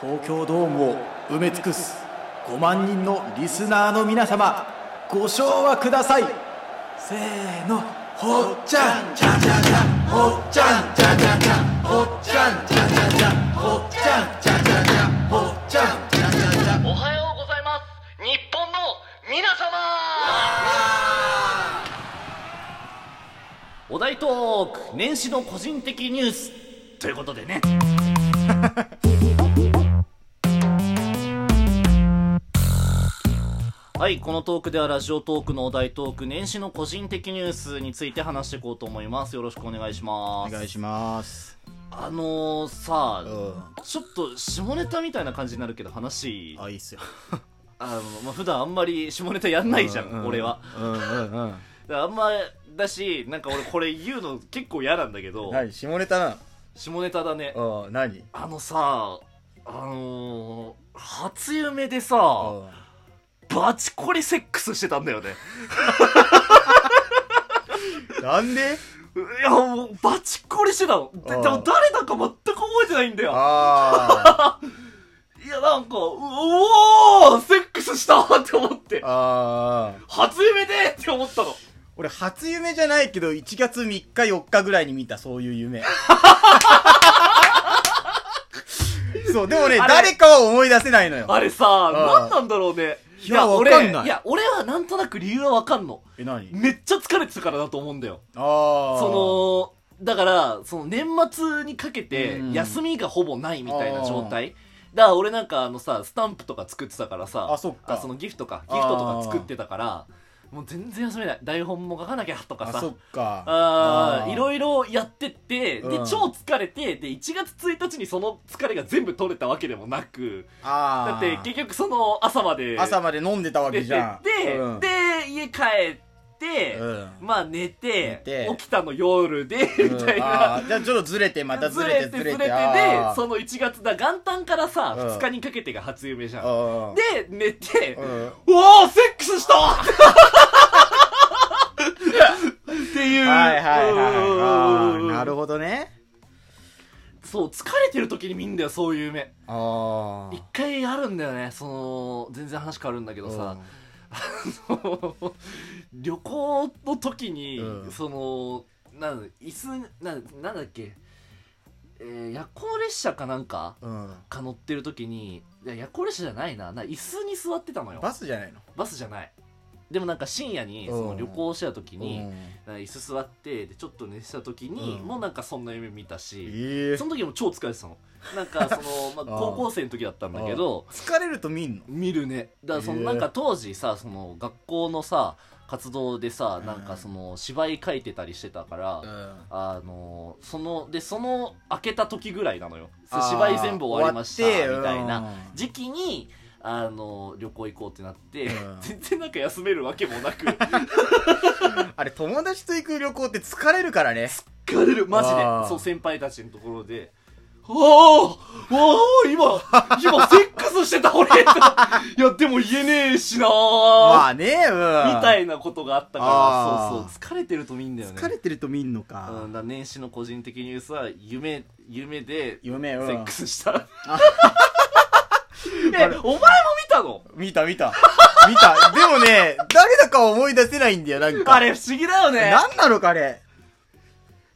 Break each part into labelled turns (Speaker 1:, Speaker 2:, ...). Speaker 1: 東京ドームを埋め尽くす5万人のリスナーの皆様ご唱和くださいせーのほっちゃんじゃんじゃんじゃんほっちゃんじゃんじゃんじゃんほっちゃんじゃんじゃんじゃんほっちゃんじゃんじゃんじゃんほっちゃんじゃんじゃんじゃん
Speaker 2: おはようございます日本の皆様お題トーク年始の個人的ニュースということでね はい、このトークではラジオトークのお題トーク、年始の個人的ニュースについて話していこうと思います。よろしくお願いしま
Speaker 1: お
Speaker 2: す。
Speaker 1: 願いします
Speaker 2: あのー、さあ、
Speaker 1: うん
Speaker 2: ちょっと下ネタみたいな感じになるけど話、
Speaker 1: あいいっすよ
Speaker 2: あの、まあ、普段あんまり下ネタやんないじゃん、俺は。
Speaker 1: うんうんうん
Speaker 2: だからあんまだしなんか俺これ言うの結構嫌なんだけど
Speaker 1: 何下ネタな
Speaker 2: 下ネタだね
Speaker 1: のうん何
Speaker 2: あのさあのー、初夢でさ
Speaker 1: うん
Speaker 2: バチコリセックスしてたんだよね
Speaker 1: なんで
Speaker 2: いやもうバチコリしてたのでで
Speaker 1: ああ
Speaker 2: も誰だか全く覚えてないんだよ
Speaker 1: あ
Speaker 2: いやなんかうおーセックスした って思って
Speaker 1: あああ
Speaker 2: 初夢でって思ったの
Speaker 1: 俺初夢じゃないけど1月3日4日ぐらいに見たそういう 夢そうでもね
Speaker 2: あれ
Speaker 1: 誰かは思い出せないのよ
Speaker 2: あれさ
Speaker 1: ああ
Speaker 2: 何なんだろうね
Speaker 1: いやわかんない
Speaker 2: いや俺はなんとなく理由はわかんの
Speaker 1: え何
Speaker 2: めっちゃ疲れてたからだと思うんだよ
Speaker 1: ああ
Speaker 2: そのだからその年末にかけて
Speaker 1: うん
Speaker 2: 休みがほぼないみたいな状態だから俺なんかあのさスタンプとか作ってたからさ
Speaker 1: あそっか
Speaker 2: そのギフトかギフトとか作ってたからもう全然休めない台本も書かなきゃとか
Speaker 1: あそ
Speaker 2: さ
Speaker 1: っか
Speaker 2: あーい
Speaker 1: い
Speaker 2: ろいろやってって、で
Speaker 1: うん
Speaker 2: 超疲れてで1月1日にその疲れが全部取れたわけでもなく
Speaker 1: ろあ
Speaker 2: だって
Speaker 1: あ
Speaker 2: 結局その朝まで
Speaker 1: 朝まで飲んでたわけ
Speaker 2: 出て
Speaker 1: じゃん
Speaker 2: て、
Speaker 1: うん
Speaker 2: で家帰って、
Speaker 1: うん
Speaker 2: まあ寝て
Speaker 1: 寝て
Speaker 2: 起きたの夜で、
Speaker 1: うん
Speaker 2: みたいな。
Speaker 1: あーじゃあちょっとずれてまたず
Speaker 2: ず
Speaker 1: れ
Speaker 2: れ
Speaker 1: て
Speaker 2: て
Speaker 1: ず
Speaker 2: ず
Speaker 1: れ
Speaker 2: れ
Speaker 1: て
Speaker 2: てで
Speaker 1: あー
Speaker 2: その1月だ元旦からさ、
Speaker 1: うん
Speaker 2: 2日にかけてが初夢じゃん、
Speaker 1: うん
Speaker 2: で寝て、
Speaker 1: う
Speaker 2: うんおーセック スしたわっていう
Speaker 1: はいはいはいあ
Speaker 2: うん
Speaker 1: ーなるほどね
Speaker 2: そう疲れてる時に見んだよそういう夢
Speaker 1: ああ
Speaker 2: 一回あるんだよねその全然話変わるんだけどさ、 旅行の時に、
Speaker 1: うん
Speaker 2: そのなんだ椅子なんなんだっけ、えー夜行列車かなんか
Speaker 1: うんうん
Speaker 2: か乗ってる時にいや夜行列車じゃないなな椅子に座ってたのよ
Speaker 1: バスじゃないの
Speaker 2: バスじゃないでもなんか深夜に
Speaker 1: うん
Speaker 2: その旅行してた時
Speaker 1: う
Speaker 2: に、
Speaker 1: ん
Speaker 2: なんか椅子座ってでちょっと寝した時に、
Speaker 1: うん
Speaker 2: もうなんかそんな夢見たし、
Speaker 1: ええ
Speaker 2: その時も超疲れてたのなんかその、ま あ、
Speaker 1: あー
Speaker 2: 高校生の時だったんだけど、
Speaker 1: 疲れると見んの
Speaker 2: 見るねだからその
Speaker 1: へえ
Speaker 2: なんか当時さその学校のさ活動でさ
Speaker 1: うん
Speaker 2: なんかその芝居書いてたりしてたから、
Speaker 1: ん
Speaker 2: あのそのでその開けた時ぐらいなのよ芝居全部終わりました
Speaker 1: 終わって
Speaker 2: みたいな
Speaker 1: うん
Speaker 2: 時期にあの旅行行こうってなって、
Speaker 1: うん
Speaker 2: 全然なんか休めるわけ もなく
Speaker 1: あれ友達と行く旅行って疲れるからね
Speaker 2: 疲れるマジで
Speaker 1: あー
Speaker 2: そう先輩たちのところで「ああああ今今セックスしてた俺」 いやでも言えねえしなー
Speaker 1: まあねうん
Speaker 2: みたいなことがあったか
Speaker 1: あー
Speaker 2: ら、そうそう、疲れてると見んだよね。
Speaker 1: 疲れてると見んのか、
Speaker 2: うん、だから年始の個人的ニュースは、夢、夢で、
Speaker 1: 夢
Speaker 2: セ
Speaker 1: うん
Speaker 2: ックスした。
Speaker 1: あ
Speaker 2: え、お前も見たの
Speaker 1: 見た見た 見たでもね誰だかは思い出せないんだよなんか
Speaker 2: あれ不思議だよね。
Speaker 1: 何なのかあれ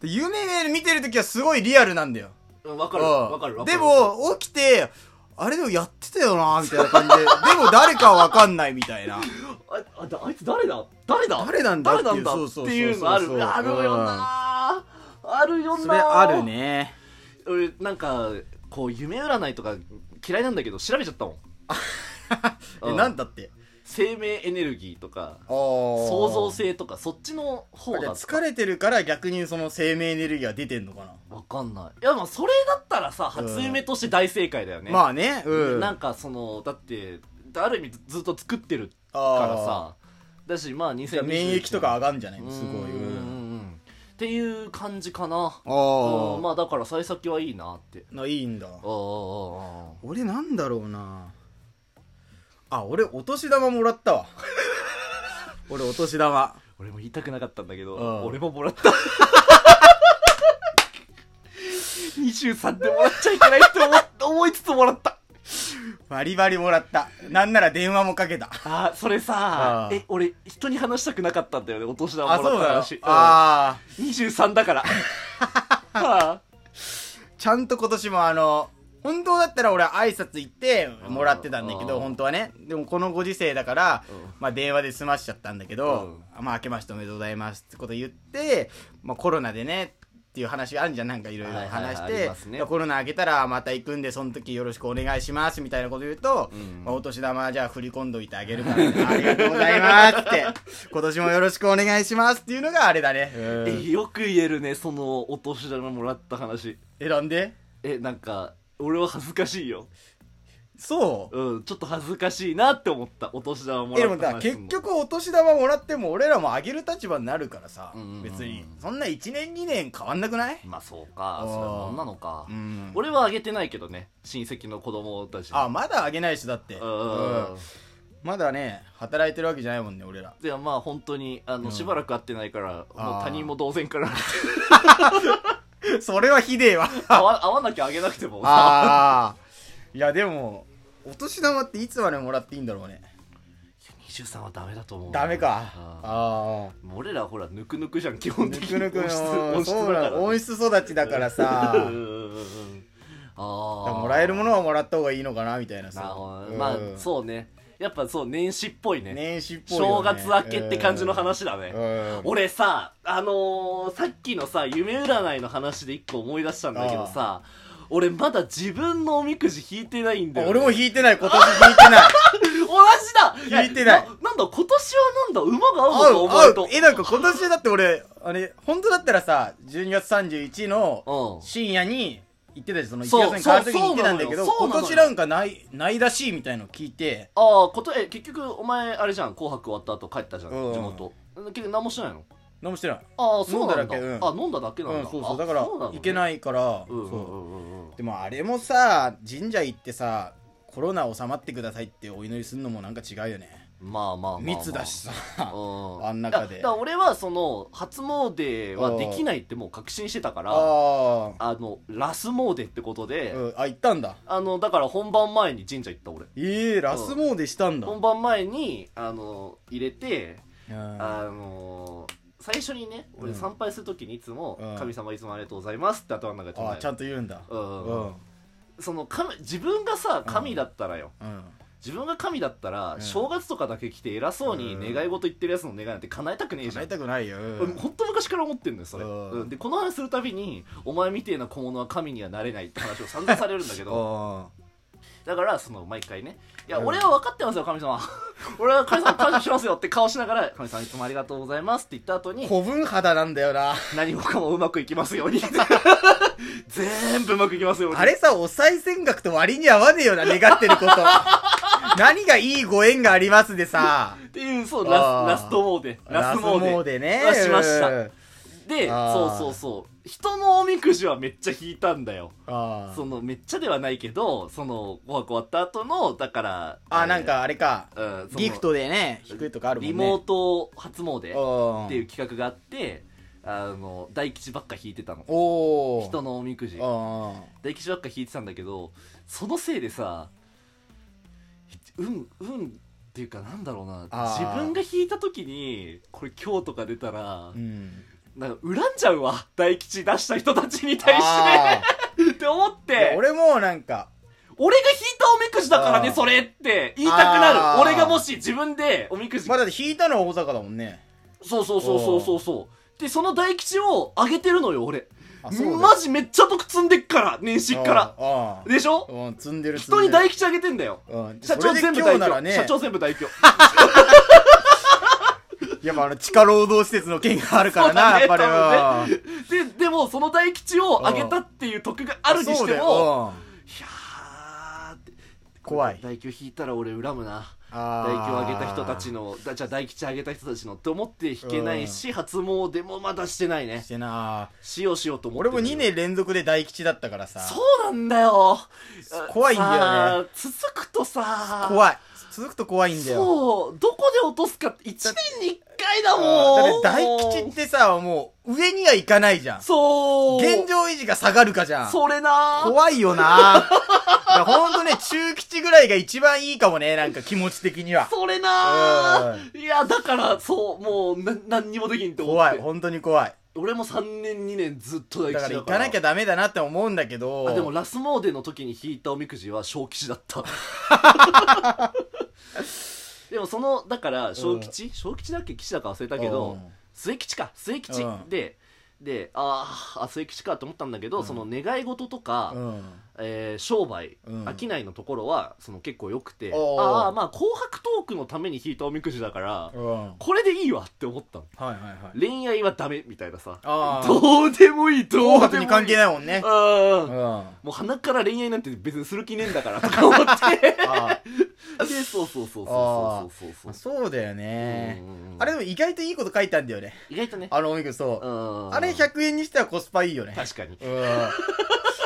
Speaker 1: で夢見てるときはすごいリアルなんだよ
Speaker 2: うんわかる、
Speaker 1: うん
Speaker 2: わかる、わかる。
Speaker 1: で、も起きてあれでもやってたよなみたいな感 じででも誰かは分かんないみたいな
Speaker 2: ああだあいつ誰だ誰だ
Speaker 1: 誰なんだ
Speaker 2: 誰なんだ
Speaker 1: っていうそうそうそうそう
Speaker 2: っていうのある。あるよなーあるよなー
Speaker 1: それある。ね
Speaker 2: 俺、なんか、こう、夢占いとか嫌いなんだけど、調べちゃったもん。う
Speaker 1: え
Speaker 2: ん
Speaker 1: なんだって
Speaker 2: 生命エネルギーとか、
Speaker 1: 創
Speaker 2: 創造性とかそっちの方
Speaker 1: じゃ
Speaker 2: だ
Speaker 1: あ
Speaker 2: った
Speaker 1: 疲れてるから逆にその生命エネルギーが出てんのかな、
Speaker 2: わかんないいやまあそれだったらさ
Speaker 1: うん
Speaker 2: 初夢として大正解だよね、
Speaker 1: まあねうん
Speaker 2: なんかそのだってある意味ずずっと作ってる
Speaker 1: あ
Speaker 2: から
Speaker 1: ー
Speaker 2: さだしまあ
Speaker 1: じゃあ
Speaker 2: 2020
Speaker 1: 免疫とか上がんじゃない
Speaker 2: うん
Speaker 1: すごい
Speaker 2: うんうんっていう感じかな
Speaker 1: あ
Speaker 2: うん
Speaker 1: ー
Speaker 2: まあだから幸先はいいなって
Speaker 1: な、いいんだ
Speaker 2: ああ
Speaker 1: 俺なんだろうなあ俺お年玉もらったわ 俺お年玉
Speaker 2: 俺も言いたくなかったんだけど
Speaker 1: うん
Speaker 2: 俺ももらった 23でもらっちゃいけないって思思いつつもらった
Speaker 1: バリバリもらった。なんなら電話もかけた。
Speaker 2: あーそれさ
Speaker 1: あー
Speaker 2: え俺人に話したくなかったんだよねお年玉
Speaker 1: あ、
Speaker 2: もら
Speaker 1: そう
Speaker 2: った
Speaker 1: だよ
Speaker 2: 話。あ
Speaker 1: ああ。
Speaker 2: 23だから あ
Speaker 1: ちゃんと今年もあの、本当だったら俺は挨拶行ってもらってたんだけ
Speaker 2: う
Speaker 1: ど、
Speaker 2: ん
Speaker 1: 本当はね。でもこのご時世だから、
Speaker 2: うん
Speaker 1: まあ電話で済ましちゃったんだけど、まあ明けましておめでとうございますってこと言って、まあコロナでね、っていう話があるじゃん、なんかいろいろ
Speaker 2: はいはいはい
Speaker 1: 話し
Speaker 2: あり
Speaker 1: て
Speaker 2: ます、ね
Speaker 1: いやコロナ明けたらまた行くんで、その時よろしくお願いしますみたいなこと言うと、
Speaker 2: ん
Speaker 1: まあお年玉じゃあ振り込んどいてあげるから、ありがとうございますって、今年もよろしくお願いしますっていうのがあれだね。
Speaker 2: ーえよく言えるねそのお年玉もらった話
Speaker 1: え、なんで
Speaker 2: えなんか俺は恥ずかしいよ
Speaker 1: そう
Speaker 2: うんちょっと恥ずかしいなって思ったお年玉も
Speaker 1: えで
Speaker 2: ら
Speaker 1: も
Speaker 2: った
Speaker 1: だ
Speaker 2: 話
Speaker 1: 結局お年玉もらっても俺らもあげる立場になるからさ、
Speaker 2: うんうんうん
Speaker 1: 別にそんな1年2年変わんなくない
Speaker 2: まあそうか
Speaker 1: あー
Speaker 2: それはそんなのか、
Speaker 1: うん
Speaker 2: 俺はあげてないけどね親戚の子供たちに
Speaker 1: あまだあげないしだって、
Speaker 2: うんうんうん
Speaker 1: まだね働いてるわけじゃないもんね俺ら
Speaker 2: でまあ本当にあの、しばらく会ってないからもう
Speaker 1: あー
Speaker 2: 他人も同然から
Speaker 1: それはひでえ わ
Speaker 2: 会わ会わなきゃあげなくてもさ
Speaker 1: ああ いやでもお年玉っていつまでもらっていいんだろうね
Speaker 2: 23はダメだと思う
Speaker 1: ダメか
Speaker 2: あ
Speaker 1: ああ
Speaker 2: ーもう俺らほらぬくぬくじゃん基本
Speaker 1: ぬ
Speaker 2: 的
Speaker 1: くぬく
Speaker 2: 温室
Speaker 1: の
Speaker 2: 温室だ
Speaker 1: そう
Speaker 2: か
Speaker 1: な
Speaker 2: ら
Speaker 1: の温室育ちだから さ
Speaker 2: うんうんうん
Speaker 1: だか
Speaker 2: うんあ
Speaker 1: ら
Speaker 2: あ
Speaker 1: もらえるものはもらった方がいいのかなみたいなさ
Speaker 2: なるほどね
Speaker 1: うん
Speaker 2: まあそうねやっぱそう年始っぽいね
Speaker 1: 年始っぽいよね
Speaker 2: 正月明けって感じの話だね、
Speaker 1: うん
Speaker 2: 俺さあのーさっきのさ夢占いの話で一個思い出したんだけどさ俺まだ自分のおみくじ引いてないんだよ、ね、
Speaker 1: 俺も引いてない、今年引いてない。
Speaker 2: 同じだ
Speaker 1: 引いてない
Speaker 2: なんだ今年はなんだ馬が合う
Speaker 1: 合
Speaker 2: の
Speaker 1: う、
Speaker 2: かお前
Speaker 1: 合
Speaker 2: と
Speaker 1: う。え、なんか今年だって俺、あれ、本当だったらさ、12月31の
Speaker 2: うん
Speaker 1: 深夜に行ってたじゃん、その1
Speaker 2: そう
Speaker 1: 月に変わる時に行ってたんだけど、
Speaker 2: そうそ
Speaker 1: 今
Speaker 2: うなのよ
Speaker 1: 年なんかない、ないらしいみたいの聞いて、
Speaker 2: ああことえ結局お前あれじゃん「紅白」終わった後帰ったじゃん、
Speaker 1: うん
Speaker 2: 地元結局何もしないの
Speaker 1: 何もしてない。
Speaker 2: ああそうなん
Speaker 1: 飲んだだ
Speaker 2: だ
Speaker 1: けうん
Speaker 2: あ飲んだだけなんだ、
Speaker 1: うん、そうそう。
Speaker 2: あ
Speaker 1: だから、
Speaker 2: うの
Speaker 1: 行
Speaker 2: ね
Speaker 1: けないから、
Speaker 2: うんうん
Speaker 1: そう
Speaker 2: うんうん
Speaker 1: でもあれもさ、神社行ってさ、コロナ収まってくださいってお祈りするのもなんか違うよね。
Speaker 2: まあまあまあ、まあ、
Speaker 1: 密だしさ。
Speaker 2: うん
Speaker 1: あん中で
Speaker 2: いやだから俺はその初詣はできないってもう確信してたか
Speaker 1: あ
Speaker 2: ら
Speaker 1: あ
Speaker 2: あのラス詣ってことで、
Speaker 1: ー、うん、あ、行ったんだ。
Speaker 2: あのだから本番前に神社行った俺
Speaker 1: ええラスモーデしたんだ。
Speaker 2: 本番前にあの入れて
Speaker 1: うん
Speaker 2: あの最初にね俺
Speaker 1: うん
Speaker 2: 参拝するときにいつも
Speaker 1: うん
Speaker 2: 「神様いつもありがとうございます」って頭の中で唱え
Speaker 1: あ
Speaker 2: る
Speaker 1: ちゃんと言うんだ
Speaker 2: うん
Speaker 1: うんうん
Speaker 2: その神自分がさ神だったらよ、自分が神だったら、
Speaker 1: うん
Speaker 2: 正月とかだけ来て偉そうに願い事言ってるやつの願いなんて叶えたくねえじゃ
Speaker 1: 叶
Speaker 2: ん
Speaker 1: いたくないよ
Speaker 2: 俺本当昔から思ってんのよそれ、
Speaker 1: うん
Speaker 2: うんでこの話するたびにお前みてえな小物は神にはなれないって話を散々されるんだけど
Speaker 1: あ
Speaker 2: だからその毎回ねいや、
Speaker 1: うん
Speaker 2: 俺は分かってますよ神様 俺は神様感謝しますよって顔しながら神様いつもありがとうございますって言った後に
Speaker 1: 古文肌なんだよな
Speaker 2: 何もかもうまくいきますよ うに全部うまくいきますように
Speaker 1: あれさお賽銭額と割に合わねえ よな願ってること何がいいご縁がありますでさ
Speaker 2: っていうそう
Speaker 1: あ
Speaker 2: ラ
Speaker 1: ー
Speaker 2: スラストモーデラスモーデ
Speaker 1: モーデね
Speaker 2: はしました
Speaker 1: うん
Speaker 2: で
Speaker 1: あ
Speaker 2: そう
Speaker 1: ー
Speaker 2: そうそう人のおみくじはめっちゃ引いたんだよ
Speaker 1: あ
Speaker 2: そのめっちゃではないけどその「紅白」終わった後のだから
Speaker 1: あなん、かあれか
Speaker 2: えーうんその
Speaker 1: ギフトでね引くとかあるもんね
Speaker 2: リモート初詣
Speaker 1: ト
Speaker 2: っていう企画があってあの大吉ばっか引いてたの
Speaker 1: おお
Speaker 2: 人のおみくじ
Speaker 1: あ
Speaker 2: 大吉ばっか引いてたんだけどそのせいでさ運運っていうかなんだろうな
Speaker 1: あー
Speaker 2: 自分が引いた時にこれ今日とか出たら
Speaker 1: ーうん
Speaker 2: なんか恨んじゃうわ大吉出した人たちに対してって思っ
Speaker 1: あー
Speaker 2: て
Speaker 1: 俺もなんか
Speaker 2: 俺が引いたおみくじだからね
Speaker 1: あー
Speaker 2: それって言いたくな
Speaker 1: あ
Speaker 2: る
Speaker 1: ー
Speaker 2: 俺がもし自分でおみくじ、
Speaker 1: まあだって引いたのは大阪だもんね
Speaker 2: そうそうそうそうそうそうでその大吉を上げてるのよ俺
Speaker 1: あそうだよ
Speaker 2: マジめっちゃ得積んでっから年始っから
Speaker 1: あーあー
Speaker 2: でしょ
Speaker 1: うん積んでる積ん
Speaker 2: 人
Speaker 1: でる
Speaker 2: に大吉あげてんだよ
Speaker 1: うん
Speaker 2: 社
Speaker 1: そ
Speaker 2: 長
Speaker 1: れで
Speaker 2: 全部
Speaker 1: 今
Speaker 2: 大
Speaker 1: 日なら
Speaker 2: 凶、
Speaker 1: ね
Speaker 2: 社長全部大凶
Speaker 1: やっぱあの、地下労働施設の件 があるからな、や
Speaker 2: そ
Speaker 1: っぱ
Speaker 2: うだ
Speaker 1: り
Speaker 2: ね
Speaker 1: は。
Speaker 2: ででもその大吉を上げたっていう得があるに
Speaker 1: そ
Speaker 2: し
Speaker 1: う
Speaker 2: て
Speaker 1: だ
Speaker 2: も
Speaker 1: ようん
Speaker 2: いやーって
Speaker 1: 怖い。
Speaker 2: 大凶引いたら俺恨むな
Speaker 1: あ
Speaker 2: 大
Speaker 1: ー
Speaker 2: 凶あげた人たち。のだじゃあ大吉あげた人たちのって思って引けないし、初詣もまだしてないね
Speaker 1: してな
Speaker 2: しようしようと思って
Speaker 1: 俺
Speaker 2: る
Speaker 1: も2年連続で大吉だったからさ。
Speaker 2: そうなんだよ
Speaker 1: 怖いんだよね
Speaker 2: よね続くとさ
Speaker 1: 怖い。続くと怖いんだよ。
Speaker 2: そうどこで落とすかって1年に1回だ
Speaker 1: だ
Speaker 2: もん
Speaker 1: って大吉ってさ、もう、上には行かないじゃん。
Speaker 2: そう
Speaker 1: 現状維持が下がるかじゃん。
Speaker 2: それな
Speaker 1: 怖いよなだかからほんとね、中吉ぐらいが一番いいかもね、なんか気持ち的には。
Speaker 2: それなーいや、だから、そう、もう、な、何にもできんって思っ
Speaker 1: 怖
Speaker 2: て。
Speaker 1: い、本当に怖い。
Speaker 2: 俺も3年、2年ずっと大
Speaker 1: だ
Speaker 2: 吉
Speaker 1: から
Speaker 2: だから。
Speaker 1: 行かなきゃダメだなって思うんだけど。
Speaker 2: あ、でも、ラスモーデの時に引いたおみくじは小吉 だった。でも、その、だから、小吉、小吉だっけ吉だか忘れたけ
Speaker 1: う
Speaker 2: ど
Speaker 1: ん、
Speaker 2: 末吉か、末吉、
Speaker 1: うん
Speaker 2: で、で、あーあ、末吉かと思ったんだけど、その願い事とか、
Speaker 1: うん。
Speaker 2: えー商売、
Speaker 1: うん
Speaker 2: 商いのところはその結構良くて
Speaker 1: おー
Speaker 2: ああまあ紅白トークのために引いたおみくじだから
Speaker 1: うん。はい
Speaker 2: これでいいわって思ったの
Speaker 1: はいはい。
Speaker 2: 恋愛はダメみたいなさ
Speaker 1: あー
Speaker 2: どうでもいいど
Speaker 1: 紅
Speaker 2: うで
Speaker 1: 白
Speaker 2: もいい
Speaker 1: に関係ないいもんね。
Speaker 2: あ
Speaker 1: うん。
Speaker 2: ー
Speaker 1: あ
Speaker 2: もう鼻から恋愛なんて別にする気ねえんだからとか思って
Speaker 1: あ
Speaker 2: でそうそうそうそう
Speaker 1: あ
Speaker 2: そうそうそ
Speaker 1: ー。
Speaker 2: う
Speaker 1: そうだよね
Speaker 2: うんうんう。ん
Speaker 1: あれでも意外といいこと書いたんだよね。
Speaker 2: 意外とね
Speaker 1: あのおみくじそう。
Speaker 2: あ
Speaker 1: あれ100円にしてはコスパいいよね。
Speaker 2: 確かに
Speaker 1: うん。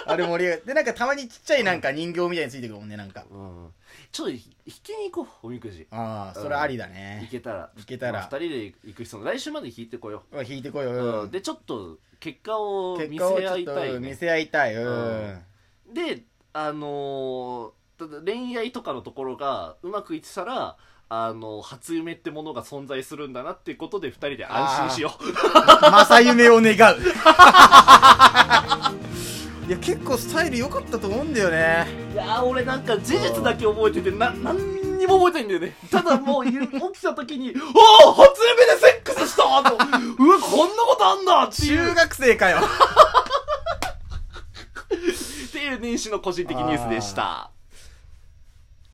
Speaker 1: あれ盛り上がで、なんかたまにちっちゃいなんか人形みたいについてくるもんね、なんか。
Speaker 2: うんちょっとひ引きに行こうおみくじ
Speaker 1: ああ、それありだ
Speaker 2: 行
Speaker 1: ね。
Speaker 2: けたら
Speaker 1: 行けたら
Speaker 2: まあ二人で行く人の来週まで引いてこよう
Speaker 1: うん引いてこいよ。
Speaker 2: う
Speaker 1: うんん
Speaker 2: でちょっと結果を見
Speaker 1: 結果を
Speaker 2: せ
Speaker 1: ち
Speaker 2: 合
Speaker 1: ょっ
Speaker 2: いた
Speaker 1: と
Speaker 2: い、
Speaker 1: 見
Speaker 2: ね、
Speaker 1: せ合いたい。う
Speaker 2: うん
Speaker 1: ん。
Speaker 2: であのーただ恋愛とかのところがうまくいってたらあの初夢ってものが存在するんだなっていうことで二人で安心しよ
Speaker 1: 正夢を願ういや結構スタイル良かったと思うんだよね
Speaker 2: ういやー俺なんか事実だけ覚えててな何にも覚えてないんだよねただもう ゆ起きた時に「おお初夢でセックスした!」と「うわこんなことあんだ!」っていう
Speaker 1: 中学生かよ
Speaker 2: っていう年始の個人的ニュースでした